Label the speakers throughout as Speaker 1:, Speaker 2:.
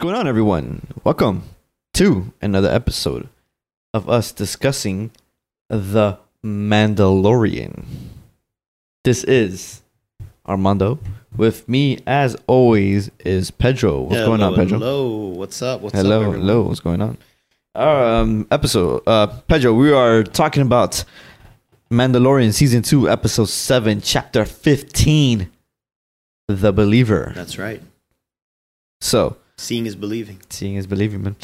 Speaker 1: everyone? Welcome to another episode of us discussing The Mandalorian. This is Armando. With me, as always, is Pedro. What's going on, Pedro?
Speaker 2: Hello, what's up? What's
Speaker 1: hello,
Speaker 2: up? everyone?
Speaker 1: hello. What's going on? Our um, episode, uh, Pedro. We are talking about Mandalorian season two, episode seven, chapter fifteen, the believer.
Speaker 2: That's right.
Speaker 1: So,
Speaker 2: Seeing is believing.
Speaker 1: seeing is believing, man.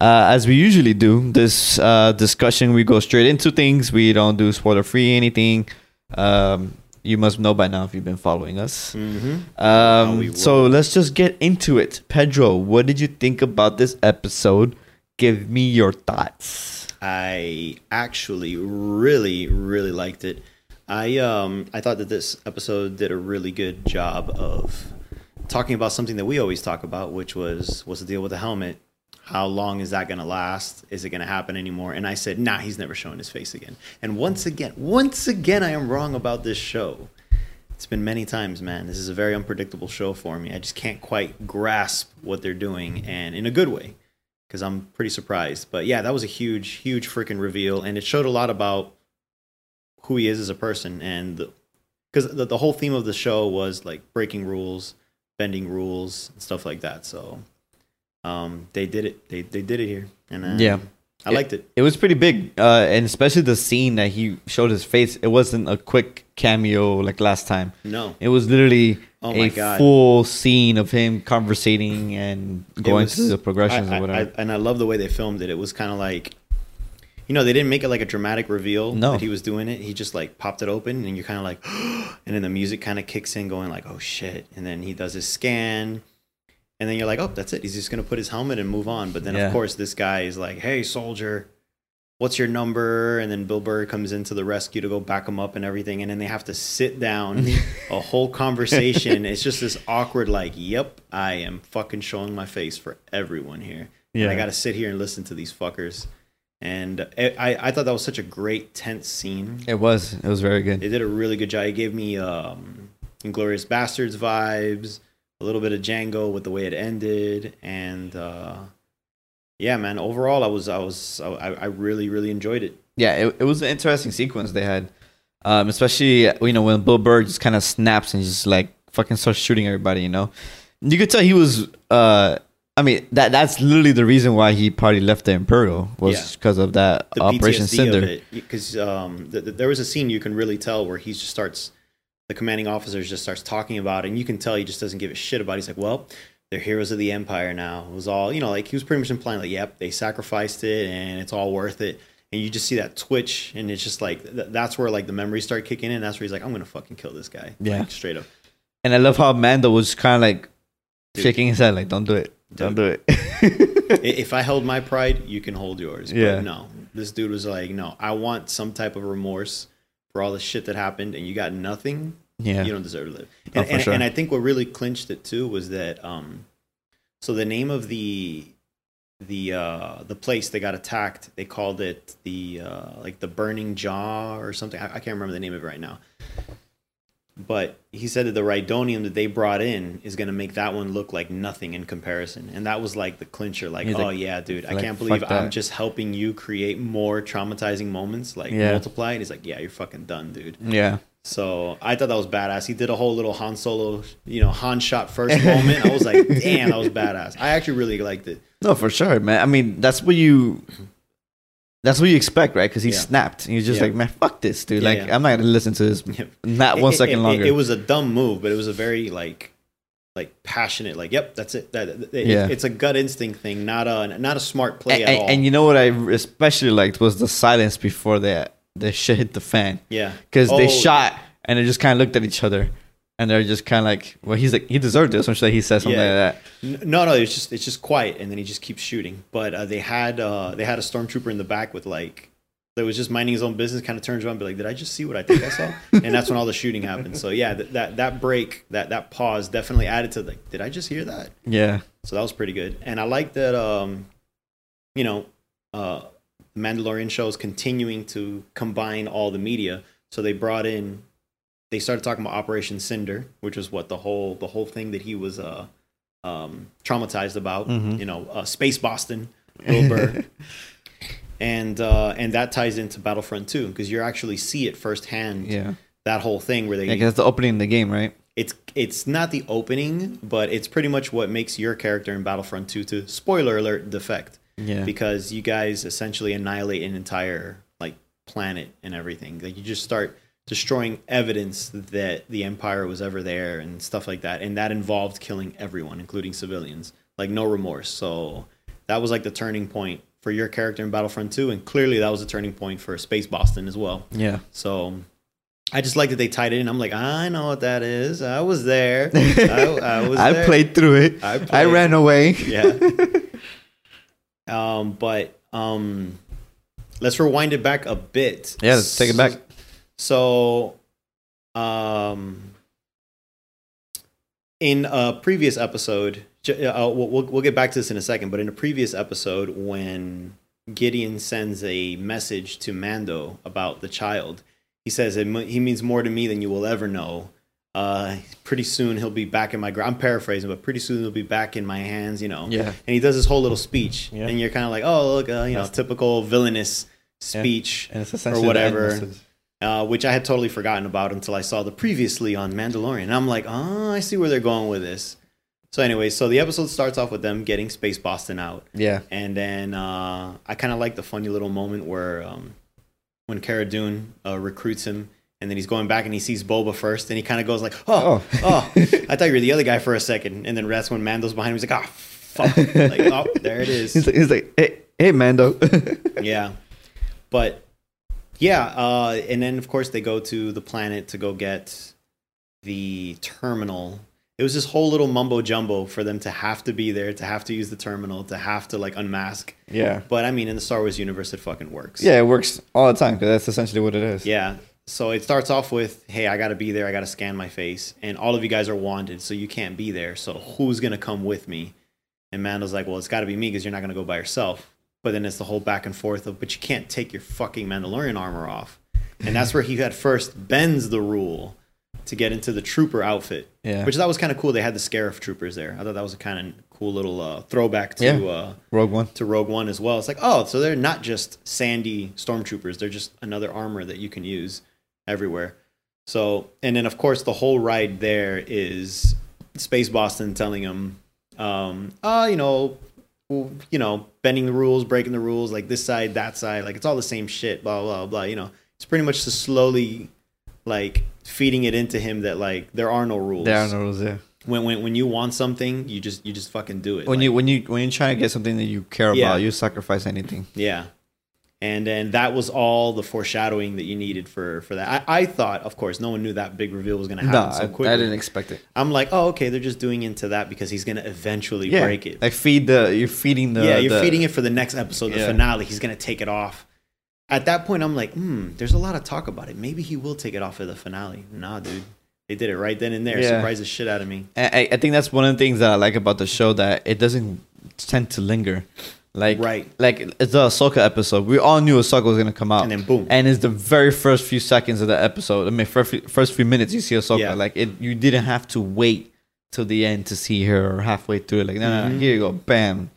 Speaker 1: Uh, as we usually do, this uh, discussion we go straight into things. We don't do spoiler free anything. Um, you must know by now if you've been following us.
Speaker 2: Mm-hmm. How we
Speaker 1: Um, so let's just get into it. Pedro, what did you think about this episode? Give me your thoughts.
Speaker 2: I actually really, really liked it. I um, I thought that this episode did a really good job of talking about something that we always talk about, which was what's the deal with the helmet? How long is that going to last? Is it going to happen anymore? And I said, nah, he's never showing his face again. And once again, once again, I am wrong about this show. It's been many times, man. This is a very unpredictable show for me. I just can't quite grasp what they're doing, and in a good way, because I'm pretty surprised. But yeah, that was a huge, huge freaking reveal, and it showed a lot about who he is as a person. And because the, the whole theme of the show was like breaking rules, bending rules, and stuff like that. So um, they did it. They they did it here, and uh,
Speaker 1: Yeah.
Speaker 2: I liked it.
Speaker 1: It was pretty big, uh, and especially the scene that he showed his face. It wasn't a quick cameo like last time.
Speaker 2: No,
Speaker 1: It was literally
Speaker 2: Oh my
Speaker 1: a
Speaker 2: God.
Speaker 1: full scene of him conversating and
Speaker 2: It
Speaker 1: going
Speaker 2: was-
Speaker 1: through the progressions
Speaker 2: I-
Speaker 1: or
Speaker 2: I-
Speaker 1: whatever.
Speaker 2: I- and I love the way they filmed it. It was kind of like, you know, they didn't make it like a dramatic reveal
Speaker 1: No.
Speaker 2: that he was doing it. He just like popped it open, and you're kind of like, and then the music kind of kicks in, going like, oh shit. And then he does his scan, and then you're like, oh, that's it. He's just gonna put his helmet and move on. But then
Speaker 1: Yeah.
Speaker 2: of course this guy is like, hey soldier, what's your number? And then Bill Burr comes into the rescue to go back him up and everything. And then they have to sit down a whole conversation. it's just this awkward, like, yep, I am fucking showing my face for everyone here. Yeah. And I
Speaker 1: Yeah.
Speaker 2: got to sit here and listen to these fuckers. And I, I, I thought that was such a great, tense scene.
Speaker 1: it was. It was very good.
Speaker 2: They did a really good job. It gave me um, Inglorious Bastards vibes, a little bit of Django with the way it ended, and uh, yeah, man. Overall, I was, I was, I, I really, really enjoyed it.
Speaker 1: yeah, it, it was an interesting sequence they had. Um, especially you know when Bill Burr just kind of snaps and just like fucking starts shooting everybody. You know, you could tell he was. Uh, I mean that that's literally the reason why he probably left the Imperial was
Speaker 2: Yeah.
Speaker 1: because of that
Speaker 2: the
Speaker 1: Operation
Speaker 2: PTSD
Speaker 1: Cinder.
Speaker 2: of it because um, th- th- there was a scene you can really tell where he just starts the commanding officer just starts talking about it, and you can tell he just doesn't give a shit about it. he's like well they're heroes of the empire now it was all you know like he was pretty much implying like yep they sacrificed it and it's all worth it and you just see that twitch and it's just like th- that's where like the memories start kicking in that's where he's like i'm gonna fucking kill this guy
Speaker 1: Yeah.
Speaker 2: like, straight up
Speaker 1: And I love how Mando was kind of like
Speaker 2: Dude.
Speaker 1: shaking his head, like, "Don't do it, don't do
Speaker 2: I-
Speaker 1: it."
Speaker 2: if i held my pride you can hold yours
Speaker 1: Yeah.
Speaker 2: but no this dude was like no i want some type of remorse for all the shit that happened and you got nothing
Speaker 1: yeah,
Speaker 2: you don't deserve to live.
Speaker 1: Oh,
Speaker 2: And,
Speaker 1: for
Speaker 2: and,
Speaker 1: sure.
Speaker 2: and I think what really clinched it too was that um, so the name of the the uh, the place they got attacked, they called it the uh, like the Burning Jaw or something. I, I can't remember the name of it right now. But he said that the Rhydonium that they brought in is going to make that one look like nothing in comparison, and that was like the clincher. Like,
Speaker 1: He's
Speaker 2: oh
Speaker 1: like,
Speaker 2: yeah, dude, I
Speaker 1: like,
Speaker 2: can't
Speaker 1: fuck
Speaker 2: believe I'm
Speaker 1: that."
Speaker 2: just helping you create more traumatizing moments, like
Speaker 1: Yeah.
Speaker 2: multiply. And he's like, yeah, you're fucking done, dude.
Speaker 1: yeah.
Speaker 2: So I thought that was badass. He did a whole little Han Solo, you know, Han shot first moment. I was like, damn, that was badass. I actually really liked it.
Speaker 1: No, for sure, man. I mean, that's what you. That's what you expect, right? Because he
Speaker 2: Yeah.
Speaker 1: snapped, and you're just
Speaker 2: Yeah.
Speaker 1: like, "Man, fuck this, dude!
Speaker 2: Yeah,
Speaker 1: like,
Speaker 2: yeah.
Speaker 1: I'm not gonna listen to this.
Speaker 2: Yep.
Speaker 1: Not
Speaker 2: It-
Speaker 1: Uh, one
Speaker 2: it-
Speaker 1: second
Speaker 2: it-
Speaker 1: longer."
Speaker 2: It, was a dumb move, but it was a very like, like passionate. Like, yep, that's it. That it- it-
Speaker 1: Yeah.
Speaker 2: it's a gut instinct thing, not a not a smart
Speaker 1: and,
Speaker 2: play at all.
Speaker 1: and, and you know what I especially liked was the silence before that the shit hit the fan.
Speaker 2: yeah,
Speaker 1: because
Speaker 2: Oh,
Speaker 1: they shot and they just kind of looked at each other, and they're just kind of like, "Well, he's like, he deserved this." Or should he says something
Speaker 2: Yeah.
Speaker 1: like that?
Speaker 2: N- No, no, it's just it's just quiet, and then he just keeps shooting. But uh, they had uh, they had a stormtrooper in the back with like that was just minding his own business. Kind of turns around, and be like, "Did I just see what I think I saw?" and that's when all the shooting happened. So yeah, that that, that break, that that pause, definitely added to like, "Did I just hear that?"
Speaker 1: Yeah,
Speaker 2: So that was pretty good. And I like that, um, you know, uh, Mandalorian show is continuing to combine all the media. So they brought in, they started talking about Operation Cinder, which was what the whole the whole thing that he was uh, um, traumatized about.
Speaker 1: Mhm.
Speaker 2: You know, uh, Space Boston, Bill Burr. and uh, and that ties into Battlefront 2 because you actually see it firsthand.
Speaker 1: Yeah.
Speaker 2: That whole thing where they
Speaker 1: Yeah, 'cause that's the opening of the game, right?
Speaker 2: it's it's not the opening, but it's pretty much what makes your character in Battlefront 2 to spoiler alert defect
Speaker 1: Yeah.
Speaker 2: because you guys essentially annihilate an entire like planet and everything. Like you just start destroying evidence that the empire was ever there and stuff like that. And that involved killing everyone, including civilians. Like no remorse. So that was like the turning point for your character in Battlefront 2 and clearly that was a turning point for Space Boston as well.
Speaker 1: yeah.
Speaker 2: So I just like that they tied it in. I'm like, I know what that is. I was there. I, I was
Speaker 1: I
Speaker 2: there.
Speaker 1: played through it.
Speaker 2: I
Speaker 1: I,
Speaker 2: played.
Speaker 1: ran away.
Speaker 2: Yeah. um, but um, let's rewind it back a bit.
Speaker 1: Yeah, let's take it back.
Speaker 2: So, um, in a previous episode, j- uh, we'll, we'll, we'll get back to this in a second, but in a previous episode, when Gideon sends a message to Mando about the child, he says, it, mo- He means more to me than you will ever know. Uh, pretty soon he'll be back in my. Gra- I'm paraphrasing, but pretty soon he'll be back in my hands. You know.
Speaker 1: Yeah.
Speaker 2: And he does his whole little speech,
Speaker 1: Yeah.
Speaker 2: and you're kind of like, "Oh, look, uh, you know,
Speaker 1: That's-
Speaker 2: typical villainous speech."
Speaker 1: And it's
Speaker 2: or
Speaker 1: essentially the end
Speaker 2: whatever,
Speaker 1: message.
Speaker 2: uh, which I had totally forgotten about until I saw the previously on Mandalorian. I'm like, oh, I see where they're going with this. So, anyway, so the episode starts off with them getting Space Boston out,
Speaker 1: Yeah.
Speaker 2: and then uh, I kind of like the funny little moment where um, when Cara Dune uh, recruits him, and then he's going back and he sees Boba first, and he kind of goes like, oh,
Speaker 1: Oh.
Speaker 2: oh, I thought you were the other guy for a second, and then that's when Mando's behind him. He's like, ah, fuck, like, oh, there it is.
Speaker 1: He's like, he's like hey, hey, Mando.
Speaker 2: yeah but yeah uh and then of course they go to the planet to go get the terminal it was this whole little mumbo jumbo for them to have to be there to have to use the terminal to have to like unmask
Speaker 1: yeah.
Speaker 2: but i mean in the star wars universe it fucking works
Speaker 1: Yeah, it works all the time because that's essentially what it is.
Speaker 2: yeah so it starts off with hey i gotta be there i gotta scan my face and all of you guys are wanted so you can't be there so who's gonna come with me and mando's like well it's gotta be me because you're not gonna go by yourself but then it's the whole back and forth of but you can't take your fucking mandalorian armor off and that's where he had first bends the rule to get into the trooper outfit
Speaker 1: Yeah.
Speaker 2: which that was kind of cool they had the scarif troopers there i thought that was a kind of cool little uh, throwback to
Speaker 1: Yeah.
Speaker 2: uh,
Speaker 1: Rogue One.
Speaker 2: to Rogue One as well. It's like, oh, so they're not just sandy stormtroopers. They're just another armor that you can use everywhere. So, and then of course the whole ride there is Space Boston telling him, um, oh, you know, w- you know, bending the rules, breaking the rules, like this side, that side, like it's all the same shit, blah blah blah. You know, it's pretty much just slowly like feeding it into him that like there are no rules.
Speaker 1: There are no rules. Yeah.
Speaker 2: When when when you want something, you just you just fucking do it.
Speaker 1: When
Speaker 2: Like-
Speaker 1: you when you when you're trying to get something that you care
Speaker 2: Yeah.
Speaker 1: about, you sacrifice anything.
Speaker 2: Yeah. And then that was all the foreshadowing that you needed for for that. I, I thought, of course, no one knew that big reveal was going to
Speaker 1: No,
Speaker 2: happen
Speaker 1: I,
Speaker 2: so quickly.
Speaker 1: I didn't expect it.
Speaker 2: I'm like, oh, okay, they're just doing into that because he's going to eventually
Speaker 1: Yeah,
Speaker 2: break it.
Speaker 1: like feed the you're feeding the
Speaker 2: yeah, you're
Speaker 1: the-
Speaker 2: feeding it for the next episode, the
Speaker 1: Yeah.
Speaker 2: finale. He's going to take it off. At that point, I'm like, hmm, there's a lot of talk about it. Maybe he will take it off at the finale. Nah, dude. They did it right then and there.
Speaker 1: Yeah.
Speaker 2: Surprised the shit out of me.
Speaker 1: I, I- I think that's one of the things that I like about the show that it doesn't tend to linger. Like
Speaker 2: Right.
Speaker 1: like it's the Ahsoka episode. We all knew Ahsoka was gonna come out,
Speaker 2: And then boom.
Speaker 1: And it's the very first few seconds of the episode. I mean, first few, first few minutes you see Ahsoka.
Speaker 2: Yeah.
Speaker 1: Like it, you didn't have to wait till the end to see her or halfway through. Like no,
Speaker 2: Mm-hmm.
Speaker 1: no, no, here you go, bam.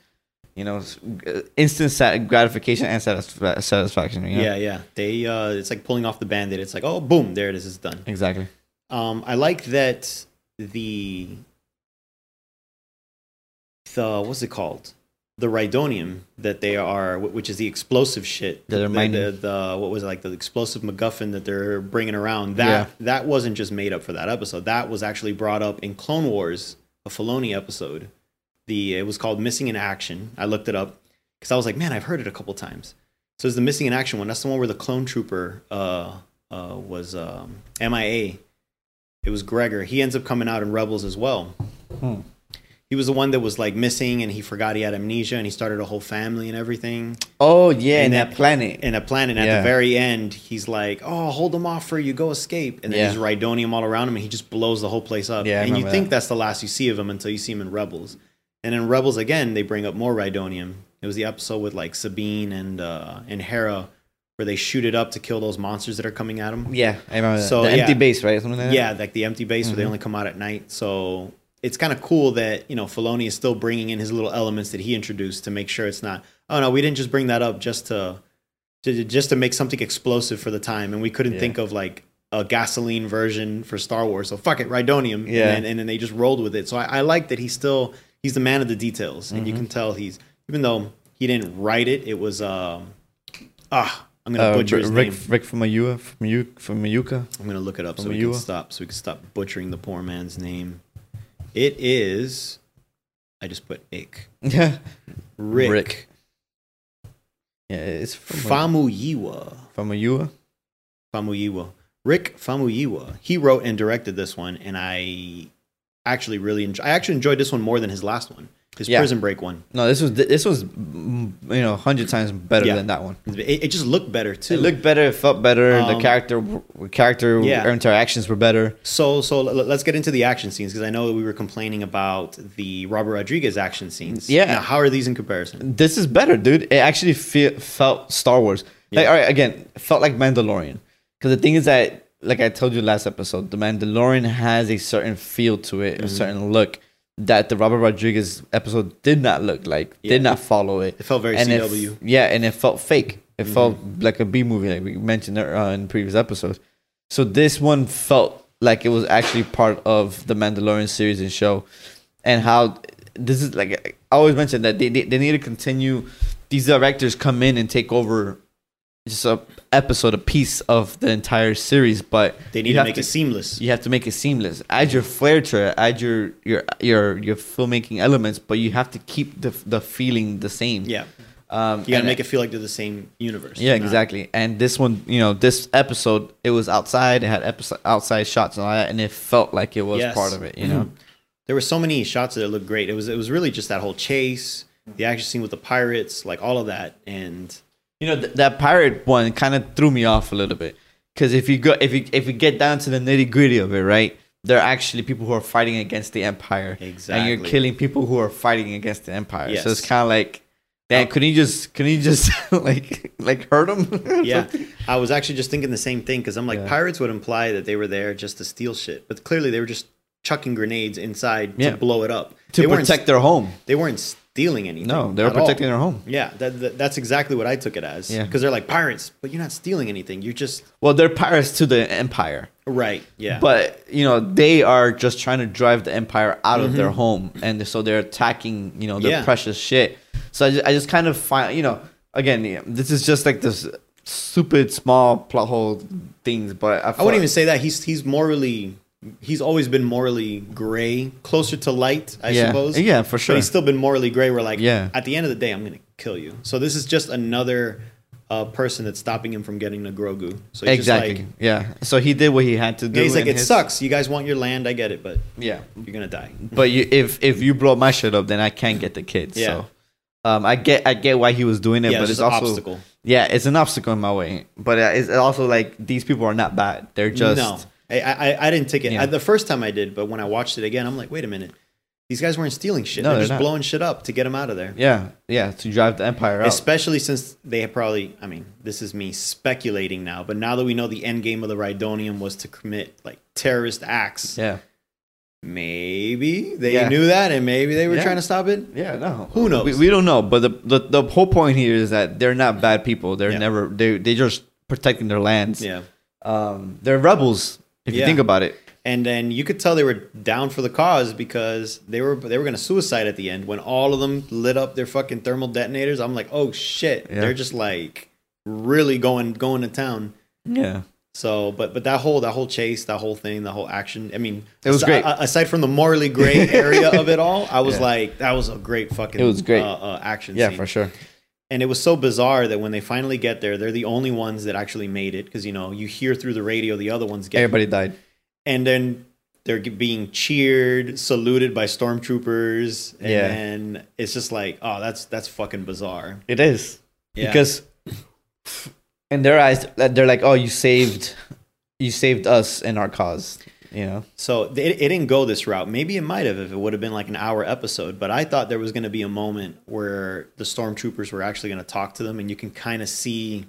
Speaker 1: You know, s- g- instant sat- gratification and satisfa- satisfaction. You know?
Speaker 2: Yeah, yeah. They uh it's like pulling off the band-aid. It's like, oh boom, there it is, it's done.
Speaker 1: exactly.
Speaker 2: Um, I like that the the what's it called? The rhydonium that they are, wh- which is the explosive shit.
Speaker 1: That they're
Speaker 2: the,
Speaker 1: mining.
Speaker 2: the, the- uh, what was it like the explosive MacGuffin that they're bringing around. That
Speaker 1: Yeah.
Speaker 2: that wasn't just made up for that episode. That was actually brought up in Clone Wars, a Filoni episode. The it was called Missing in Action. I looked it up because I was like, man, I've heard it a couple times. So it's the Missing in Action one. That's the one where the clone trooper uh, uh, was um, MIA it was Gregor. He ends up coming out in Rebels as well.
Speaker 1: Hmm.
Speaker 2: He was the one that was like missing and he forgot he had amnesia and he started a whole family and everything.
Speaker 1: Oh yeah,
Speaker 2: And
Speaker 1: and,
Speaker 2: that-
Speaker 1: that planet.
Speaker 2: And a planet at
Speaker 1: Yeah.
Speaker 2: the very end, he's like, Oh, hold them off for you, go escape. And then
Speaker 1: Yeah.
Speaker 2: there's Rhydonium all around him and he just blows the whole place up.
Speaker 1: Yeah, I
Speaker 2: and you
Speaker 1: remember
Speaker 2: think
Speaker 1: that.
Speaker 2: that's the last you see of him until you see him in Rebels. And in Rebels again, they bring up more Rhydonium. It was the episode with like Sabine and uh and Hera where they shoot it up to kill those monsters that are coming at him.
Speaker 1: yeah, I remember that.
Speaker 2: So,
Speaker 1: the empty
Speaker 2: yeah.
Speaker 1: base, right? Something like that.
Speaker 2: Yeah, like the empty base where they only come out at night. So it's kind of cool that you know Filoni is still bringing in his little elements that he introduced to make sure it's not. Oh no, we didn't just bring that up just to, to just to make something explosive for the time, and we couldn't
Speaker 1: Yeah.
Speaker 2: think of like a gasoline version for Star Wars. So fuck it, Rhydonium.
Speaker 1: Yeah.
Speaker 2: and, then- and then they just rolled with it. So I, I like that he's still he's the man of the details, and you
Speaker 1: Mm-hmm.
Speaker 2: can tell he's even though he didn't write it, it was um ah I'm gonna
Speaker 1: Uh,
Speaker 2: butcher
Speaker 1: Rick,
Speaker 2: his
Speaker 1: Rick
Speaker 2: name.
Speaker 1: Rick from Ayua, from U, from Ayuka.
Speaker 2: I'm gonna look it up so
Speaker 1: From
Speaker 2: we can
Speaker 1: Yua.
Speaker 2: stop so we can stop butchering the poor man's name. It is I just put ick.
Speaker 1: Yeah,
Speaker 2: Rick,
Speaker 1: Rick. Oh yeah, it's from
Speaker 2: Famuyiwa.
Speaker 1: from Ayua.
Speaker 2: Famuyiwa. Rick Famuyiwa. He wrote and directed this one and I actually really enjoy I actually enjoyed this one more than his last one. His
Speaker 1: Yeah.
Speaker 2: prison break one.
Speaker 1: No, this was this was mm, you know hundred times better
Speaker 2: Yeah.
Speaker 1: than that one.
Speaker 2: It, it just looked better too.
Speaker 1: It looked better. It felt better. the
Speaker 2: Um,
Speaker 1: character w- character
Speaker 2: Yeah.
Speaker 1: interactions were better.
Speaker 2: So, so l- let's get into the action scenes because I know we were complaining about the Robert Rodriguez action scenes.
Speaker 1: Yeah.
Speaker 2: Now, how are these in comparison?
Speaker 1: This is better, dude. It actually fe- felt Star Wars. Like, all right, again, it felt like Mandalorian. Because the thing is that, like I told you last episode, the Mandalorian has a certain feel to it,
Speaker 2: Mm-hmm.
Speaker 1: a certain look that the Robert Rodriguez episode did not look like,
Speaker 2: Yeah.
Speaker 1: did not follow it.
Speaker 2: It felt very Mm-hmm.
Speaker 1: And it f-
Speaker 2: CW.
Speaker 1: yeah, and it felt fake. It felt like a B movie, like we mentioned uh, in previous episodes. So this one felt like it was actually part of the Mandalorian series and show, and how this is like I always mentioned that they they, they need to continue. These directors come in and take over just a episode, a piece of the entire series, but
Speaker 2: They
Speaker 1: you
Speaker 2: need to
Speaker 1: have
Speaker 2: make it seamless.
Speaker 1: you have to make it seamless. Add your flair to it. Add your your your your filmmaking elements, but you have to keep the the feeling the same.
Speaker 2: Yeah.
Speaker 1: um,
Speaker 2: You got to
Speaker 1: and-
Speaker 2: make it feel like they're the same universe.
Speaker 1: yeah,
Speaker 2: not-
Speaker 1: exactly. And this one, you know, this episode, it was outside. It had episode outside shots and all that, and it felt like it was
Speaker 2: Yes. Mm-hmm.
Speaker 1: part of it. You know,
Speaker 2: There were so many shots that looked great. It was it was really just that whole chase, the action scene with the pirates, like all of that, and
Speaker 1: you know th- that pirate one kind of threw me off a little bit because if you go, if you if you get down to the nitty gritty of it, right? There are actually people who are fighting against the empire, and
Speaker 2: Exactly.
Speaker 1: you're killing people who are fighting against the empire. So it's
Speaker 2: Yes. Oh.
Speaker 1: kind of like, damn, couldn't you just couldn't you just like like hurt them?
Speaker 2: yeah. I was actually just thinking the same thing because I'm like, pirates would imply that they were there just to steal shit, but clearly they were just chucking grenades inside
Speaker 1: Yeah.
Speaker 2: to blow it up.
Speaker 1: to
Speaker 2: they
Speaker 1: protect
Speaker 2: weren't
Speaker 1: their home.
Speaker 2: they weren't stealing anything.
Speaker 1: No, they were
Speaker 2: at all.
Speaker 1: protecting their home.
Speaker 2: Yeah, that, that, that's exactly what I took it as.
Speaker 1: Yeah.
Speaker 2: Because they're like pirates, but you're not stealing anything. You're just
Speaker 1: Well, they're pirates to the empire.
Speaker 2: right. Yeah.
Speaker 1: but you know they are just trying to drive the empire out of their home and so they're attacking you know their
Speaker 2: Mm-hmm. Yeah.
Speaker 1: precious shit so I just, I just kind of find you know again yeah, this is just like this stupid small plot hole things but i,
Speaker 2: I wouldn't even say that. He's he's morally he's always been morally gray, closer to light, I
Speaker 1: Yeah.
Speaker 2: suppose.
Speaker 1: Yeah, for sure.
Speaker 2: But he's still been morally gray. We're like,
Speaker 1: Yeah.
Speaker 2: At the end of the day, I'm gonna kill you. So this is just another uh, person that's stopping him from getting to Grogu. So he's
Speaker 1: exactly
Speaker 2: Just like,
Speaker 1: yeah so he did what he had to do
Speaker 2: yeah, he's like,
Speaker 1: and
Speaker 2: it
Speaker 1: his-
Speaker 2: sucks. You guys want your land, I get it, but
Speaker 1: yeah
Speaker 2: you're gonna die.
Speaker 1: but you, if if you blow my shit up then i can't get the kids
Speaker 2: Yeah.
Speaker 1: so um, I get I get why he was doing it,
Speaker 2: Yeah,
Speaker 1: but it's
Speaker 2: it's just an
Speaker 1: also
Speaker 2: obstacle.
Speaker 1: yeah, it's an obstacle in my way. But uh, it's also like these people are not bad; they're just
Speaker 2: no, I, I I didn't take it
Speaker 1: Yeah.
Speaker 2: I, the first time I did, but when I watched it again, I'm like, wait a minute, these guys weren't stealing shit.
Speaker 1: No,
Speaker 2: they're,
Speaker 1: they're
Speaker 2: just
Speaker 1: not.
Speaker 2: blowing shit up to get him out of there.
Speaker 1: Yeah, yeah, to drive the empire out.
Speaker 2: Especially since they had probably, I mean, this is me speculating now, but now that we know the end game of the Rhydonium was to commit like terrorist acts,
Speaker 1: yeah,
Speaker 2: maybe they
Speaker 1: Yeah.
Speaker 2: knew that and maybe they were
Speaker 1: Yeah.
Speaker 2: trying to stop it.
Speaker 1: yeah, no.
Speaker 2: Who knows?
Speaker 1: We, we don't know, but the, the the whole point here is that they're not bad people. They're
Speaker 2: Yeah.
Speaker 1: never they they just protecting their lands.
Speaker 2: Yeah.
Speaker 1: Um, they're rebels if
Speaker 2: Yeah.
Speaker 1: you think about it.
Speaker 2: And then you could tell they were down for the cause because they were they were gonna suicide at the end when all of them lit up their fucking thermal detonators. I'm like, oh shit,
Speaker 1: Yeah.
Speaker 2: they're just like really going going to town.
Speaker 1: Yeah.
Speaker 2: So, but but that whole that whole chase, that whole thing, the whole action. I mean,
Speaker 1: It was
Speaker 2: asi-
Speaker 1: great.
Speaker 2: a- aside from the morally gray area of it all, I was like, that was a great fucking.
Speaker 1: It was great.
Speaker 2: uh, uh, action.
Speaker 1: Yeah,
Speaker 2: scene.
Speaker 1: for sure.
Speaker 2: And it was so bizarre that when they finally get there, they're the only ones that actually made it because you know you hear through the radio the other ones get,
Speaker 1: Everybody died.
Speaker 2: and then they're g- being cheered, saluted by stormtroopers, and
Speaker 1: Yeah.
Speaker 2: then it's just like, oh, that's that's fucking bizarre.
Speaker 1: It is
Speaker 2: Yeah.
Speaker 1: because in their eyes, they're like, "Oh, you saved, you saved us and our cause." You know.
Speaker 2: So th- it, it didn't go this route. Maybe it might have if it would have been like an hour episode, but I thought there was going to be a moment where the stormtroopers were actually going to talk to them and you can kind of see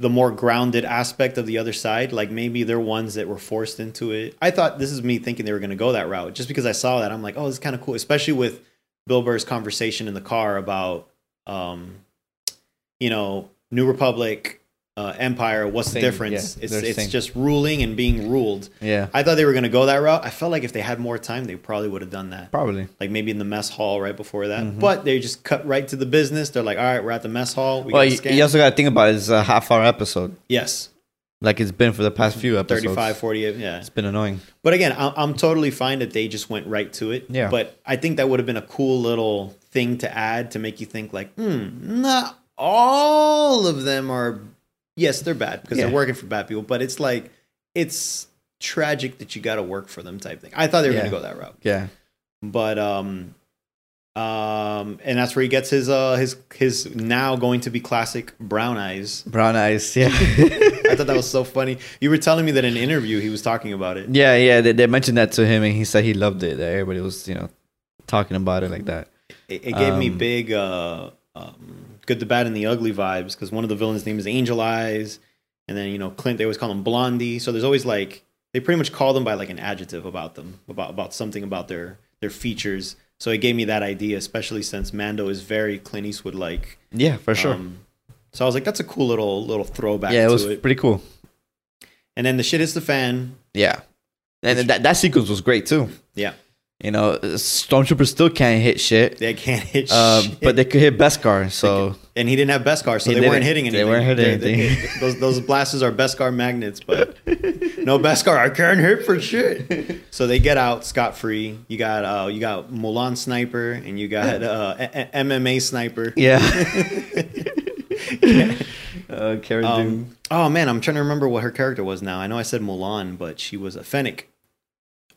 Speaker 2: the more grounded aspect of the other side. Like maybe they're ones that were forced into it. I thought this is me thinking they were going to go that route just because I saw that. I'm like, oh, this is kind of cool, especially with Bill Burr's conversation in the car about, um, you know, New Republic, uh, Empire. What's
Speaker 1: Same,
Speaker 2: the difference?
Speaker 1: yeah,
Speaker 2: it's
Speaker 1: they're
Speaker 2: it's
Speaker 1: same.
Speaker 2: just ruling and being ruled.
Speaker 1: Yeah,
Speaker 2: I thought they were going to go that route. I felt like if they had more time, they probably would have done that
Speaker 1: probably.
Speaker 2: like maybe in the mess hall right before that.
Speaker 1: Mm-hmm.
Speaker 2: But they just cut right to the business. They're like, all right, we're at the mess hall. We
Speaker 1: Well,
Speaker 2: got
Speaker 1: you,
Speaker 2: to scan.
Speaker 1: you also got to think about it, it's a half hour episode,
Speaker 2: yes,
Speaker 1: like it's been for the past few episodes.
Speaker 2: 35, 48. Yeah.
Speaker 1: It's been annoying.
Speaker 2: But again, I- I'm totally fine that they just went right to it.
Speaker 1: Yeah.
Speaker 2: But I think that would have been a cool little thing to add to make you think, like, hmm, not all of them are, yes, they're bad because
Speaker 1: Yeah.
Speaker 2: they're working for bad people, but it's like, it's tragic that you got to work for them type thing. I thought they were
Speaker 1: Yeah.
Speaker 2: going to go that route.
Speaker 1: Yeah,
Speaker 2: but um um and that's where he gets his uh his his now going to be classic brown eyes
Speaker 1: brown eyes. Yeah,
Speaker 2: i thought that was so funny you were telling me that in an interview he was talking about it
Speaker 1: yeah, yeah. They, they mentioned that to him, and he said he loved it. That everybody was, you know, talking about it like that.
Speaker 2: it, it gave me
Speaker 1: Um,
Speaker 2: big uh um, good the bad and the ugly vibes because one of the villains name is angel eyes and then you know clint they always call him blondie so there's always like they pretty much call them by like an adjective about them about about something about their their features so it gave me that idea especially since mando is very clint eastwood like
Speaker 1: Yeah, for sure.
Speaker 2: Um, so I was like, that's a cool little little throwback
Speaker 1: yeah, it
Speaker 2: to
Speaker 1: was
Speaker 2: it.
Speaker 1: pretty cool.
Speaker 2: And then the shit is the fan.
Speaker 1: Yeah, and then that that sequence was great too.
Speaker 2: Yeah,
Speaker 1: You know, uh, stormtroopers still can't hit shit,
Speaker 2: they can't hit
Speaker 1: uh,
Speaker 2: shit.
Speaker 1: but they could hit Beskar. So
Speaker 2: and he didn't have Beskar, so
Speaker 1: He
Speaker 2: they weren't
Speaker 1: didn't.
Speaker 2: hitting
Speaker 1: They
Speaker 2: anything.
Speaker 1: weren't hitting anything.
Speaker 2: those those blasters are Beskar magnets, but no Beskar. I can't hit for shit. So they get out scot free. You got uh, you got Mulan sniper, and you got uh, a- a- MMA sniper.
Speaker 1: yeah. uh, Cara Dune.
Speaker 2: Um, oh man, I'm trying to remember what her character was now. I know I said Mulan, but she was a Fennec.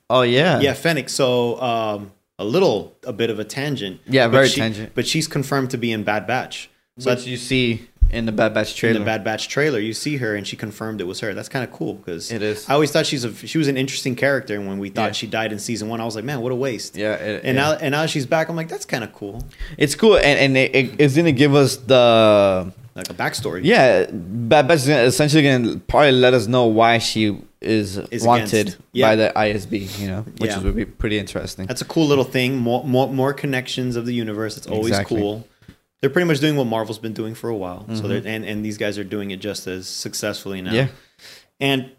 Speaker 1: Oh yeah.
Speaker 2: yeah, Fennec. So um, a little, a bit of a tangent.
Speaker 1: Yeah,
Speaker 2: But
Speaker 1: very
Speaker 2: she-
Speaker 1: tangent.
Speaker 2: But she's confirmed to be in Bad Batch. So
Speaker 1: But
Speaker 2: that's
Speaker 1: you see in the Bad Batch
Speaker 2: in
Speaker 1: trailer.
Speaker 2: the Bad Batch trailer, you see her, and she confirmed it was her. That's kind of cool because
Speaker 1: It is.
Speaker 2: I always thought she's a she was an interesting character, and when we thought
Speaker 1: Yeah.
Speaker 2: she died in season one, I was like, man, what a waste.
Speaker 1: yeah. It,
Speaker 2: And
Speaker 1: yeah.
Speaker 2: now and now she's back. I'm like, that's kind of cool,
Speaker 1: it's cool, and and it, it- it's gonna give us the
Speaker 2: like a backstory.
Speaker 1: yeah. Bad Batch is gonna, essentially gonna probably let us know why she is,
Speaker 2: Is
Speaker 1: wanted
Speaker 2: against. Yeah.
Speaker 1: by the ISB. You know, which
Speaker 2: Yeah.
Speaker 1: is, would be pretty interesting.
Speaker 2: That's a cool little thing. More more, more connections of the universe. It's always
Speaker 1: Exactly. Mm-hmm.
Speaker 2: cool. They're pretty much doing what Marvel's been doing for a while. So they're, and and these guys are doing it just as successfully now.
Speaker 1: Yeah.
Speaker 2: And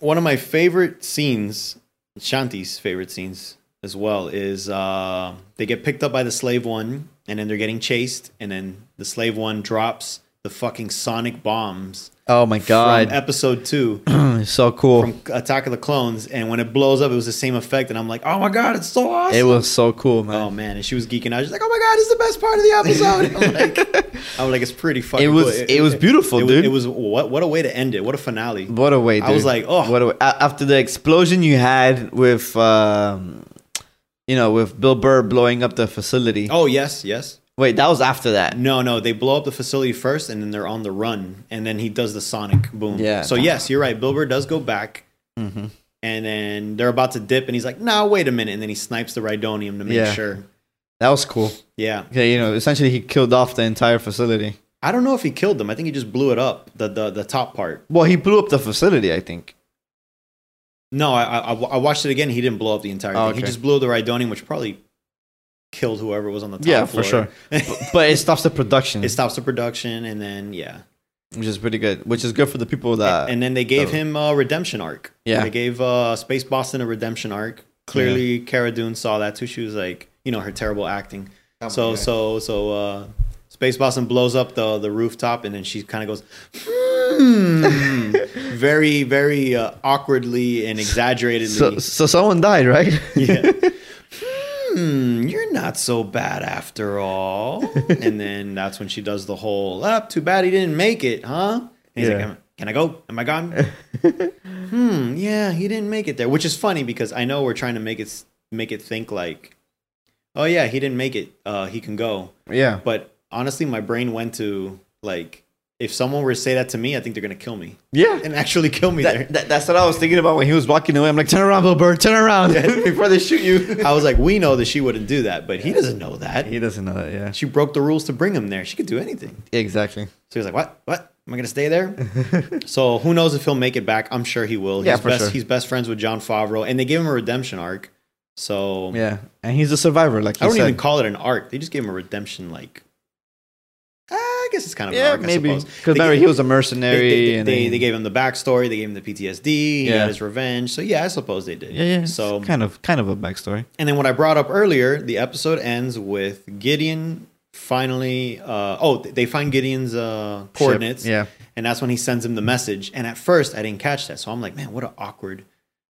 Speaker 2: one of my favorite scenes, Shanti's favorite scenes as well, is uh, they get picked up by the slave one, and then they're getting chased, and then the slave one drops the fucking sonic bombs
Speaker 1: Oh my
Speaker 2: from
Speaker 1: god,
Speaker 2: episode two
Speaker 1: so cool.
Speaker 2: from Attack of the Clones, and when it blows up, it was the same effect, and I'm like, oh my god, it's so awesome.
Speaker 1: it was so cool, man.
Speaker 2: Oh man, and she was geeking out. She's like, "Oh my god, this is the best part of the episode." I'm like, I'm like, it's pretty fucking.
Speaker 1: It was-
Speaker 2: cool.
Speaker 1: it was beautiful,
Speaker 2: it,
Speaker 1: dude.
Speaker 2: It was what what a way to end it. What a finale.
Speaker 1: What a way! Dude.
Speaker 2: I was like, oh.
Speaker 1: what a way. A- after the explosion you had with, um, you know, with Bill Burr blowing up the facility.
Speaker 2: Oh yes, yes.
Speaker 1: Wait, that was after that.
Speaker 2: No, no, they blow up the facility first, and then they're on the run, and then he does the sonic boom.
Speaker 1: Yeah. Mm-hmm.
Speaker 2: So yes, you're right. Bilber does go back, and then they're about to dip, and he's like, "No, wait a minute," and then he snipes the Rhydonium to make
Speaker 1: Yeah.
Speaker 2: sure.
Speaker 1: That was cool.
Speaker 2: Yeah.
Speaker 1: Yeah, you know, essentially he killed off the entire facility.
Speaker 2: I don't know if he killed them. I think he just blew it up. The the the top part.
Speaker 1: Well, he blew up the facility, I think.
Speaker 2: No, I, I, I watched it again. He didn't blow up the entire
Speaker 1: Oh,
Speaker 2: thing. He
Speaker 1: okay.
Speaker 2: just blew up the Rhydonium, which probably killed whoever was on the top
Speaker 1: Yeah,
Speaker 2: floor.
Speaker 1: for sure. But it stops the production,
Speaker 2: it stops the production, and then yeah,
Speaker 1: which is pretty good, which is good for the people that.
Speaker 2: and then they gave
Speaker 1: so-
Speaker 2: him a redemption arc.
Speaker 1: Yeah.
Speaker 2: they gave uh, Space Boston a redemption arc. Clearly, Cara Dune saw that too. She was like, you know, her terrible acting.
Speaker 1: Oh,
Speaker 2: so
Speaker 1: yeah.
Speaker 2: so so uh, Space Boston blows up the the rooftop, and then she kind of goes. "Hmm." very, very uh, awkwardly and exaggeratedly.
Speaker 1: so, so someone died, right?
Speaker 2: yeah. Hmm, you're not so bad after all. and then that's when she does the whole up. too bad he didn't make it, huh? And he's like,
Speaker 1: Yeah.
Speaker 2: "Am- can I go? Am I gone? hmm, yeah, he didn't make it there, which is funny because I know we're trying to make it s- make it think like, oh yeah, he didn't make it. Uh, he can go.
Speaker 1: yeah.
Speaker 2: But honestly, my brain went to like If someone were to say that to me, I think they're gonna kill me
Speaker 1: Yeah.
Speaker 2: and actually kill me
Speaker 1: That, that, that's what I was thinking about when he was walking away. I'm like, turn around, Bill Burr, turn around before they shoot you.
Speaker 2: there. I was like, we know that she wouldn't do that, but he doesn't know that.
Speaker 1: He doesn't know that, yeah.
Speaker 2: She broke the rules to bring him there. She could do anything.
Speaker 1: Exactly.
Speaker 2: So he was like, "What? What? Am I gonna stay there?" so who knows if he'll make it back? I'm sure he will.
Speaker 1: Yeah,
Speaker 2: he's
Speaker 1: for
Speaker 2: best,
Speaker 1: sure.
Speaker 2: He's best friends with John Favreau, and they gave him a redemption arc. So
Speaker 1: Yeah. And he's a survivor, like
Speaker 2: I
Speaker 1: you
Speaker 2: don't
Speaker 1: said.
Speaker 2: even call it an arc. They just gave him a redemption. Like, Ah, I guess it's kind of
Speaker 1: yeah,
Speaker 2: an arc,
Speaker 1: maybe.
Speaker 2: I suppose.
Speaker 1: Because
Speaker 2: They
Speaker 1: remember,
Speaker 2: gave-
Speaker 1: he was a
Speaker 2: they,
Speaker 1: mercenary.
Speaker 2: they-
Speaker 1: and
Speaker 2: they-
Speaker 1: then-
Speaker 2: they gave him the backstory. They gave him the PTSD. He
Speaker 1: Yeah.
Speaker 2: had his revenge. So yeah, I suppose they did.
Speaker 1: yeah, yeah. So
Speaker 2: So
Speaker 1: kind of, kind of a backstory.
Speaker 2: and then what I brought up earlier, the episode ends with Gideon finally. Uh, oh, they find Gideon's uh, coordinates.
Speaker 1: Yeah.
Speaker 2: And that's when he sends him the message. And at first, I didn't catch that. So I'm like, man, what an awkward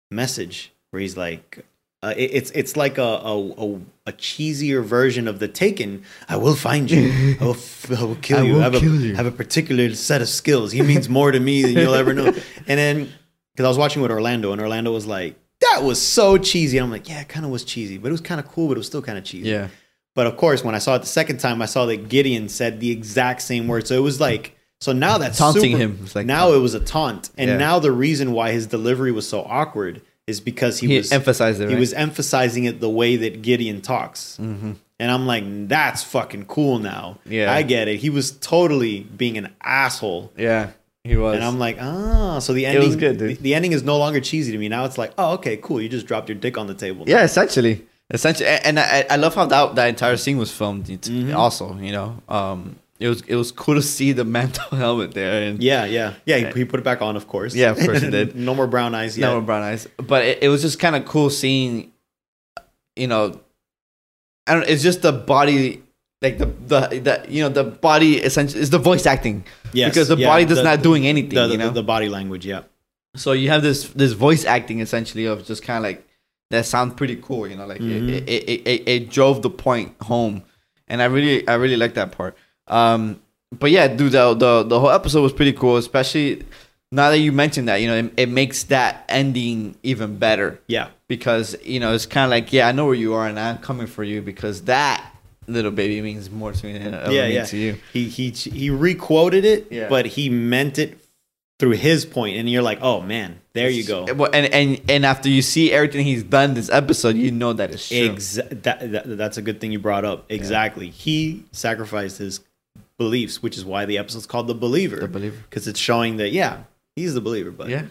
Speaker 2: message where he's like, uh, it- it's it's like a, a, a, a cheesier version of the Taken. I will find you. I will, f- I will kill
Speaker 1: I
Speaker 2: you.
Speaker 1: will
Speaker 2: I have
Speaker 1: kill
Speaker 2: a,
Speaker 1: you."
Speaker 2: I have a particular set of skills. He means more to me than you'll ever know. And then, because I was watching with Orlando, and Orlando was like, that was so cheesy. And I'm like, yeah, it kind of was cheesy, but it was kind of cool, but it was still kind of cheesy.
Speaker 1: Yeah.
Speaker 2: But of course, when I saw it the second time, I saw that Gideon said the exact same word. So it was like, so now that's
Speaker 1: Taunting
Speaker 2: super-
Speaker 1: him. It's like-
Speaker 2: now it was a taunt, and
Speaker 1: Yeah.
Speaker 2: now the reason why his delivery was so awkward is because he,
Speaker 1: He
Speaker 2: was
Speaker 1: emphasized it,
Speaker 2: He
Speaker 1: right? Mm-hmm.
Speaker 2: was emphasizing it the way that Gideon talks, and I'm like, that's fucking cool now.
Speaker 1: Yeah.
Speaker 2: I get it. He was totally being an asshole.
Speaker 1: Yeah. He was.
Speaker 2: And I'm like, ah, so the
Speaker 1: was
Speaker 2: ending,
Speaker 1: good, dude.
Speaker 2: The, the ending is no longer cheesy to me. Now it's like, oh, okay, cool. You just dropped your dick on the table.
Speaker 1: Yeah, essentially, essentially, a- and I, I love how that that entire scene was filmed. It-
Speaker 2: Mm-hmm.
Speaker 1: Also, you know, um, it was it was cool to see the mental helmet there, and
Speaker 2: yeah, yeah, yeah. He, he put it back on, of course.
Speaker 1: Yeah, of course he did.
Speaker 2: no more brown eyes. Yet.
Speaker 1: no more brown eyes. But it, it was just kind of cool seeing, you know, I don't. It's just the body, like the the, the you know the body essentially is the voice acting.
Speaker 2: Yes,
Speaker 1: because the
Speaker 2: yeah,
Speaker 1: body does
Speaker 2: the-
Speaker 1: not doing anything.
Speaker 2: the, the,
Speaker 1: you know,
Speaker 2: the body language. Yeah,
Speaker 1: so you have this this voice acting essentially of just kind of like that sounds pretty cool you know like
Speaker 2: Mm-hmm.
Speaker 1: it, it, it, it, it drove the point home and i really i really like that part um but yeah dude the, the the whole episode was pretty cool especially now that you mentioned that you know it, it makes that ending even better
Speaker 2: yeah.
Speaker 1: because you know it's kind of like yeah i know where you are and i'm coming for you because that little baby means more to me than it ever
Speaker 2: yeah,
Speaker 1: means
Speaker 2: yeah.
Speaker 1: to you
Speaker 2: He he he requoted it,
Speaker 1: Yeah.
Speaker 2: but he meant it through his point, and you're like, oh man, there you go.
Speaker 1: Well, and and and after you see everything he's done this episode you know that it's true
Speaker 2: Exa- that, that that's a good thing you brought up. Exactly, he sacrificed his beliefs, which is why the episode's called the Believer.
Speaker 1: The Believer.
Speaker 2: because it's showing that yeah, he's the believer, but
Speaker 1: yeah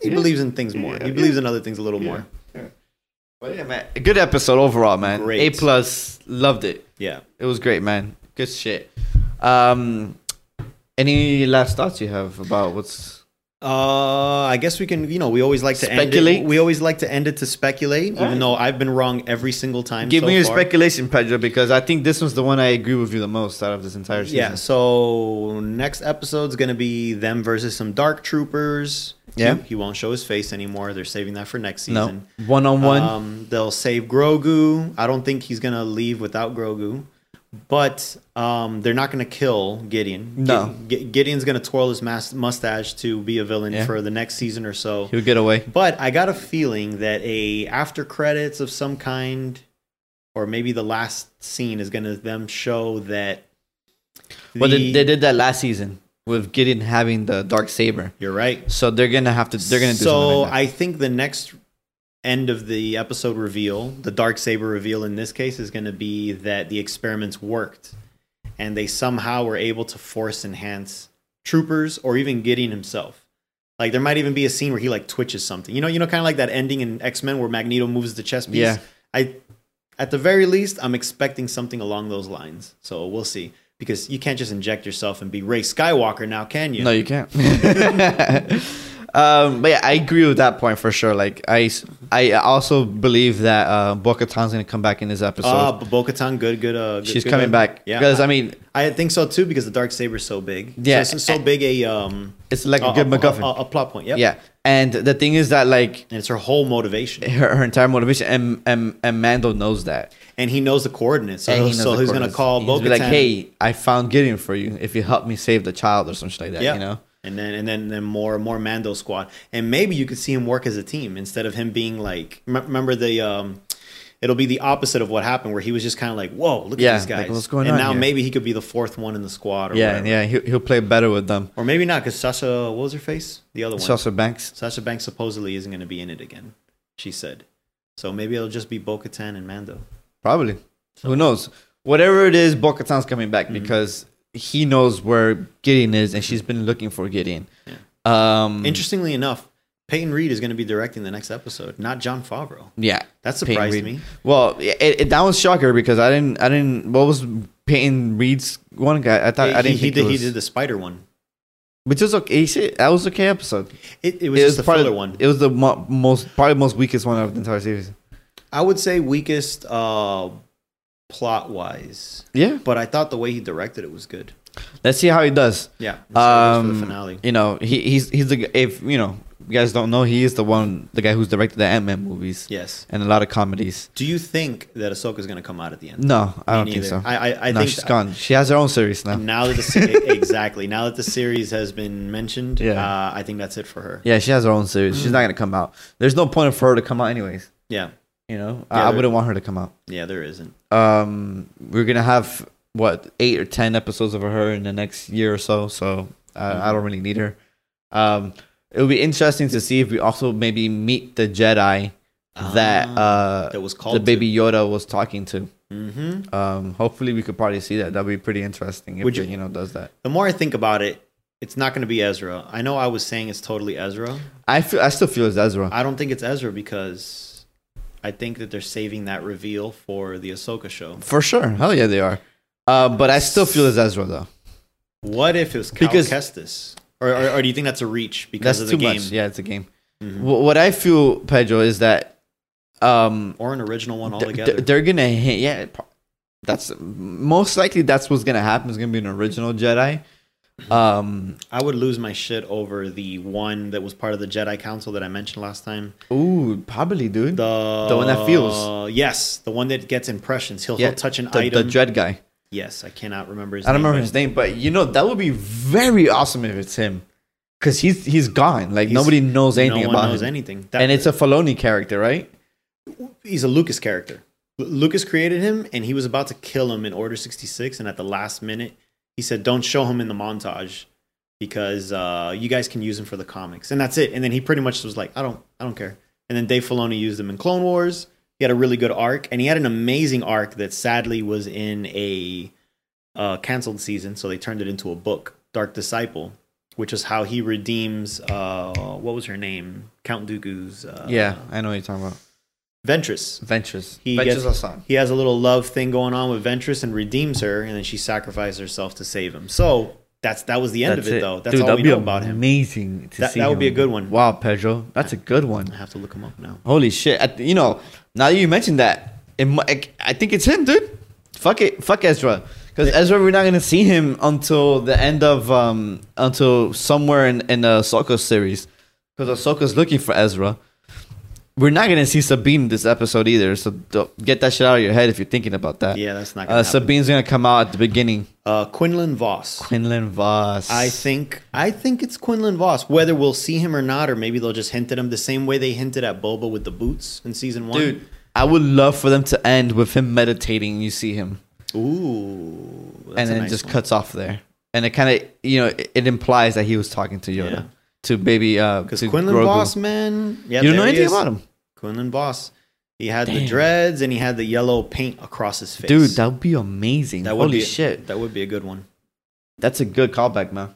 Speaker 2: he
Speaker 1: Yeah.
Speaker 2: believes in things more.
Speaker 1: Yeah,
Speaker 2: he
Speaker 1: yeah.
Speaker 2: believes in other things a little more.
Speaker 1: But yeah, man, a good episode overall, man.
Speaker 2: Great.
Speaker 1: A plus, loved it.
Speaker 2: Yeah.
Speaker 1: It was great, man. Good shit. Um, any last thoughts you have about what's?
Speaker 2: Uh, I guess we can. You know, we always like to End
Speaker 1: Speculate?
Speaker 2: it, we always like to end it to speculate, even
Speaker 1: Alright.
Speaker 2: though I've been wrong every single time.
Speaker 1: Give
Speaker 2: so
Speaker 1: me your
Speaker 2: far.
Speaker 1: speculation, Pedro, because I think this was the one I agree with you the most out of this entire season.
Speaker 2: Yeah. So next episode's gonna be them versus some dark troopers.
Speaker 1: Yeah.
Speaker 2: He, he won't show his face anymore. They're saving that for next
Speaker 1: No,
Speaker 2: season.
Speaker 1: one on one.
Speaker 2: Um, they'll save Grogu. I don't think he's gonna leave without Grogu, but um, they're not gonna kill Gideon.
Speaker 1: No.
Speaker 2: Gid- Gideon's gonna twirl his mas- mustache to be a villain
Speaker 1: Yeah.
Speaker 2: for the next season or so.
Speaker 1: He'll get away.
Speaker 2: But I got a feeling that a after credits of some kind, or maybe the last scene is going to them show that.
Speaker 1: Well, they,
Speaker 2: the-
Speaker 1: they did that last season with Gideon having the dark saber,
Speaker 2: You're right.
Speaker 1: so they're gonna have to. They're gonna do
Speaker 2: so.
Speaker 1: something. Like that.
Speaker 2: I think the next end of the episode reveal, the dark saber reveal in this case, is going to be that the experiments worked, and they somehow were able to force enhance troopers or even Gideon himself. Like there might even be a scene where he like twitches something. You know, you know, kind of like that ending in X Men where Magneto moves the chess piece.
Speaker 1: Yeah.
Speaker 2: I, at the very least, I'm expecting something along those lines. So we'll see. Because you can't just inject yourself and be Ray Skywalker now, can you?
Speaker 1: No, you can't. um, but yeah, I agree with that point for sure. Like I, s- I also believe that uh, Bo-Katan's gonna come back in this episode.
Speaker 2: Ah, but Bo-Katan, good, good. Uh, good
Speaker 1: She's
Speaker 2: good
Speaker 1: coming
Speaker 2: one.
Speaker 1: back
Speaker 2: Yeah,
Speaker 1: because
Speaker 2: I,
Speaker 1: I mean
Speaker 2: I think so too. Because the dark saber's so big.
Speaker 1: Yeah.
Speaker 2: so, it's so big a um.
Speaker 1: it's like a good MacGuffin.
Speaker 2: A, a plot point. oh, Yep.
Speaker 1: yeah, and the thing is that like
Speaker 2: and it's her whole motivation,
Speaker 1: her, her entire motivation and, and and Mando knows that.
Speaker 2: and he knows the coordinates. So,
Speaker 1: And he
Speaker 2: he
Speaker 1: knows
Speaker 2: so
Speaker 1: the
Speaker 2: he's gonna
Speaker 1: coordinates.
Speaker 2: call
Speaker 1: He's
Speaker 2: Bo-Katan.
Speaker 1: be like, "Hey, I found Gideon for you. If you help me save the child or something like that,
Speaker 2: yeah,
Speaker 1: you know."
Speaker 2: And then and then then more more Mando squad, and maybe you could see him work as a team instead of him being like. m- Remember the um, it'll be the opposite of what happened, where he was just kind of like, "Whoa, look
Speaker 1: Yeah,
Speaker 2: at these guys!"
Speaker 1: like, what's going
Speaker 2: and
Speaker 1: on
Speaker 2: now
Speaker 1: here?
Speaker 2: maybe he could be the fourth one in the squad. Or
Speaker 1: yeah,
Speaker 2: whatever.
Speaker 1: yeah. He'll, he'll play better with them.
Speaker 2: Or maybe not, because Sasha, what was her face? The other one.
Speaker 1: Saucer Banks.
Speaker 2: Sasha Banks supposedly isn't going to be in it again. She said. So maybe it'll just be Bo-Katan and Mando.
Speaker 1: Probably. Who knows? Whatever it is, Bo Katan's coming back
Speaker 2: Mm-hmm.
Speaker 1: because he knows where Gideon is and she's been looking for Gideon. Um,
Speaker 2: Interestingly enough, Peyton Reed is going to be directing the next episode, not John Favreau.
Speaker 1: yeah.
Speaker 2: That
Speaker 1: Peyton
Speaker 2: surprised
Speaker 1: Reed.
Speaker 2: me.
Speaker 1: Well, it, it, that was shocker because I didn't, I didn't, what was Peyton Reed's one guy? I thought,
Speaker 2: He-
Speaker 1: I didn't
Speaker 2: he,
Speaker 1: think
Speaker 2: did,
Speaker 1: it
Speaker 2: he
Speaker 1: was,
Speaker 2: did the spider one.
Speaker 1: which was okay. he said- That was okay episode.
Speaker 2: It, it was just the
Speaker 1: probably-
Speaker 2: filler one.
Speaker 1: It was the mo- most, probably most weakest one of the entire series.
Speaker 2: I would say weakest uh, plot wise,
Speaker 1: Yeah.
Speaker 2: but I thought the way he directed it was good.
Speaker 1: Let's see how he does.
Speaker 2: Yeah. So it was for
Speaker 1: um,
Speaker 2: the finale.
Speaker 1: You know, he, he's he's the g- if you know you guys don't know, he is the one the guy who's directed the Ant Man movies
Speaker 2: Yes.
Speaker 1: and a lot of comedies.
Speaker 2: Do you think that Ahsoka is going to come out at the end?
Speaker 1: No, I don't
Speaker 2: neither.
Speaker 1: think so.
Speaker 2: I, I, Mm. I
Speaker 1: no,
Speaker 2: think
Speaker 1: she's gone. She has her own series now.
Speaker 2: Now that the se- exactly now that the series has been mentioned,
Speaker 1: Yeah.
Speaker 2: uh, I think that's it for her.
Speaker 1: Yeah, she has her own series. She's not gonna come out. There's no point for her to come out anyways.
Speaker 2: Yeah,
Speaker 1: You know,
Speaker 2: Yeah,
Speaker 1: I, I
Speaker 2: there-
Speaker 1: wouldn't want her to come out.
Speaker 2: yeah, there isn't.
Speaker 1: Um, we're gonna have what eight or ten episodes of her in the next year or so. So uh, I, I don't really need her. Um, it would be interesting to see if we also maybe meet the Jedi that uh
Speaker 2: That was called
Speaker 1: the baby Yoda was talking to.
Speaker 2: hmm
Speaker 1: Um, hopefully, we could probably see that. That'd be pretty interesting if
Speaker 2: Would
Speaker 1: you,
Speaker 2: you-
Speaker 1: you know does that.
Speaker 2: The more I think about it, it's not going to be Ezra. I know I was saying it's totally Ezra.
Speaker 1: I feel I still feel it's Ezra.
Speaker 2: I don't think it's Ezra because I think that they're saving that reveal for the Ahsoka show.
Speaker 1: For sure, hell yeah, they are. Uh, but I still feel it's Ezra though.
Speaker 2: What if it was Cal
Speaker 1: Because-
Speaker 2: Kestis? Or, or, or do you think that's a reach because
Speaker 1: That's
Speaker 2: of
Speaker 1: too
Speaker 2: the game
Speaker 1: much. Yeah, it's a game. Mm-hmm. Wh- what I feel, Pedro, is that um,
Speaker 2: or an original one
Speaker 1: th-
Speaker 2: altogether?
Speaker 1: th- they're gonna hit. Yeah, it pro- that's most likely. That's what's gonna happen. It's gonna be an original Jedi. Um,
Speaker 2: I would lose my shit over the one that was part of the Jedi Council that I mentioned last time.
Speaker 1: ooh, probably, dude.
Speaker 2: The
Speaker 1: The one that feels.
Speaker 2: Yes, the one that gets impressions. He'll, he'll touch an
Speaker 1: the,
Speaker 2: item.
Speaker 1: the dread guy.
Speaker 2: yes, I cannot remember his
Speaker 1: I don't
Speaker 2: name.
Speaker 1: remember
Speaker 2: but
Speaker 1: his name, but you know that would be very awesome if it's him, because he's he's gone. Like nobody knows anything
Speaker 2: no one
Speaker 1: about
Speaker 2: knows
Speaker 1: him,
Speaker 2: anything. That-
Speaker 1: and it's a Filoni character, right?
Speaker 2: he's a Lucas character. Lu- Lucas created him, and he was about to kill him in Order sixty six, and at the last minute, he said, "Don't show him in the montage because uh, you guys can use him for the comics." And that's it. And then he pretty much was like, "I don't, I don't care." And then Dave Filoni used him in Clone Wars. He had a really good arc, and he had an amazing arc that sadly was in a uh, canceled season, so they turned it into a book, Dark Disciple, which is how he redeems uh, what was her name, Count Dooku's uh,
Speaker 1: yeah, I know what you're talking about.
Speaker 2: Ventress.
Speaker 1: Ventress.
Speaker 2: He
Speaker 1: Ventress
Speaker 2: gets-
Speaker 1: Hassan.
Speaker 2: He has a little love thing going on with Ventress and redeems her, and then she sacrifices herself to save him. So that's that was the end of it, though. That's
Speaker 1: Dude,
Speaker 2: all
Speaker 1: that'd
Speaker 2: we
Speaker 1: be
Speaker 2: know about him.
Speaker 1: Amazing to
Speaker 2: That-
Speaker 1: see.
Speaker 2: that would be
Speaker 1: him.
Speaker 2: a good one.
Speaker 1: Wow, Pedro, that's a good
Speaker 2: I
Speaker 1: one.
Speaker 2: have to look him up now.
Speaker 1: Holy shit! I, you know, now that you mentioned that, it, mi- I, I think it's him, dude. Fuck it, fuck Ezra, because Ezra, we're not gonna see him until the end of um until somewhere in in the Ahsoka series, because Ahsoka's looking for Ezra. We're not gonna see Sabine this episode either, so don't- get that shit out of your head if you're thinking about that.
Speaker 2: Yeah, that's not gonna
Speaker 1: Uh,
Speaker 2: happen.
Speaker 1: Sabine's gonna come out at the beginning.
Speaker 2: Uh, Quinlan Voss.
Speaker 1: Quinlan Voss.
Speaker 2: I think I think it's Quinlan Voss. Whether we'll see him or not, or maybe they'll just hint at him the same way they hinted at Boba with the boots in season one.
Speaker 1: dude. I would love for them to end with him meditating. You see him.
Speaker 2: Ooh, that's
Speaker 1: and
Speaker 2: a
Speaker 1: then it
Speaker 2: nice
Speaker 1: just
Speaker 2: one.
Speaker 1: cuts off there. And it kind of, you know, it, it implies that he was talking to Yoda,
Speaker 2: Yeah.
Speaker 1: to baby, uh,
Speaker 2: Because
Speaker 1: to
Speaker 2: Quinlan
Speaker 1: Grogu.
Speaker 2: Voss, man, yeah,
Speaker 1: you don't know
Speaker 2: there he
Speaker 1: anything
Speaker 2: is.
Speaker 1: about him,
Speaker 2: Quinlan Voss. He had
Speaker 1: Damn.
Speaker 2: the dreads and he had the yellow paint across his face.
Speaker 1: dude. That would be amazing.
Speaker 2: That would
Speaker 1: Holy
Speaker 2: be-
Speaker 1: shit,
Speaker 2: That would be a good one.
Speaker 1: that's a good callback, man.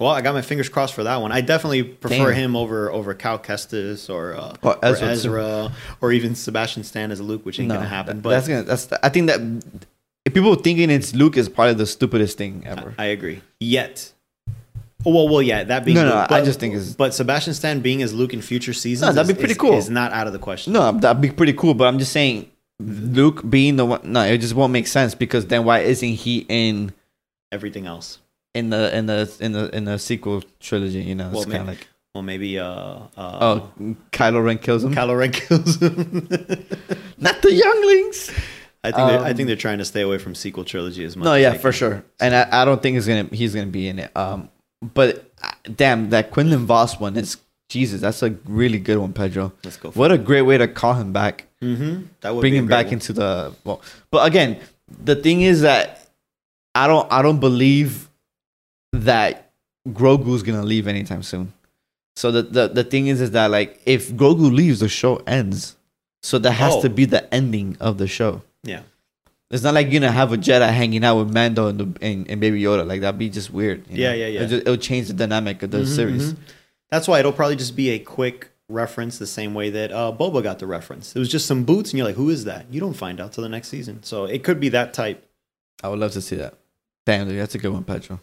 Speaker 2: Well, I got my fingers crossed for that one. I definitely prefer
Speaker 1: Damn.
Speaker 2: him over over Cal Kestis or, uh,
Speaker 1: Or
Speaker 2: or
Speaker 1: Ezra,
Speaker 2: Ezra,
Speaker 1: too.
Speaker 2: or even Sebastian Stan as Luke, which ain't
Speaker 1: No,
Speaker 2: gonna happen.
Speaker 1: that-
Speaker 2: But
Speaker 1: that's gonna. That's. I think that if people thinking it's Luke is probably the stupidest thing ever.
Speaker 2: I agree. Yet, oh, well, well, yeah, that being
Speaker 1: No, no,
Speaker 2: Luke,
Speaker 1: I just think it's-
Speaker 2: but Sebastian Stan being as Luke in future seasons.
Speaker 1: that'd be
Speaker 2: is-
Speaker 1: pretty
Speaker 2: is-
Speaker 1: cool.
Speaker 2: Is not out of the question.
Speaker 1: no, that'd be pretty cool. But I'm just saying, Luke being the one. No, it just won't make sense because then why isn't he in
Speaker 2: Everything else.
Speaker 1: in the in the in the in the sequel trilogy? You know, it's
Speaker 2: Well,
Speaker 1: kind of
Speaker 2: maybe,
Speaker 1: like
Speaker 2: well, maybe uh, uh,
Speaker 1: oh, Kylo Ren kills him.
Speaker 2: Kylo Ren kills him.
Speaker 1: Not the younglings.
Speaker 2: I think they're I think they're trying to stay away from sequel trilogy as much.
Speaker 1: Um, No,
Speaker 2: as
Speaker 1: yeah,
Speaker 2: they
Speaker 1: for
Speaker 2: can.
Speaker 1: sure. And I, I don't think he's gonna he's gonna be in it. Um, but uh, damn, that Quinlan Voss one is Jesus. That's a really good one, Pedro.
Speaker 2: Let's go for
Speaker 1: What a great way to call him back.
Speaker 2: Mm-hmm. That would
Speaker 1: bring
Speaker 2: be a
Speaker 1: him
Speaker 2: great
Speaker 1: back
Speaker 2: one.
Speaker 1: into the well. But again, the thing is that I don't I don't believe that Grogu's gonna leave anytime soon. So the the, the thing is is that like if Grogu leaves, the show ends. So that has
Speaker 2: Oh.
Speaker 1: to be the ending of the show.
Speaker 2: Yeah.
Speaker 1: It's not like you're gonna have a Jedi hanging out with Mando and the, and, and Baby Yoda. Like that'd be just weird. you
Speaker 2: Yeah,
Speaker 1: know?
Speaker 2: yeah, yeah.
Speaker 1: It'll, just- it'll change the dynamic of the
Speaker 2: Mhm,
Speaker 1: series.
Speaker 2: mhm. That's why it'll probably just be a quick reference, the same way that uh, Boba got the reference. It was just some boots, and you're like, "Who is that?" You don't find out till the next season. So it could be that type.
Speaker 1: I would love to see that. Damn, dude, that's a good one, Pedro.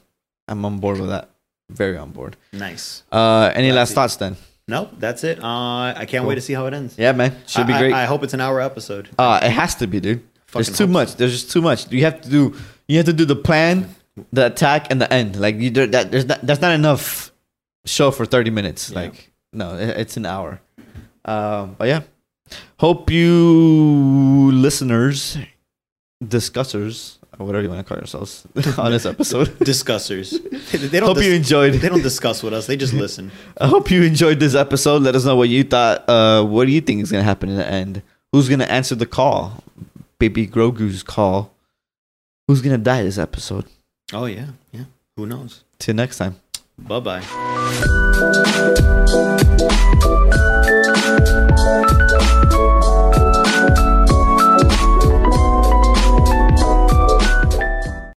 Speaker 1: I'm on board with that. Very on board.
Speaker 2: Nice.
Speaker 1: Uh, any
Speaker 2: Glad
Speaker 1: last
Speaker 2: to-
Speaker 1: thoughts then?
Speaker 2: Nope, that's it. Uh, I can't
Speaker 1: Cool.
Speaker 2: wait to see how it ends.
Speaker 1: Yeah, man, should be
Speaker 2: I- I-
Speaker 1: great.
Speaker 2: I, hope it's an hour episode.
Speaker 1: Uh, it has to be, dude.
Speaker 2: Fucking
Speaker 1: There's too
Speaker 2: hope
Speaker 1: much. There's just too much. You have to do. You have to do the plan, the attack, and the end. Like you, there- that there's not, that's not enough show for 30 minutes.
Speaker 2: Yeah.
Speaker 1: Like no, it, it's an hour. Um, but yeah, hope you listeners, discussers, or whatever you want to call yourselves on this episode.
Speaker 2: Discussers. they don't.
Speaker 1: hope you
Speaker 2: Dis-
Speaker 1: enjoyed.
Speaker 2: they don't discuss with us. They just listen.
Speaker 1: I hope you enjoyed this episode. Let us know what you thought. Uh, what do you think is going to happen in the end? Who's going to answer the call? Baby Grogu's call. Who's going to die this episode?
Speaker 2: Oh yeah, yeah. Who knows?
Speaker 1: Till next time.
Speaker 2: Bye bye.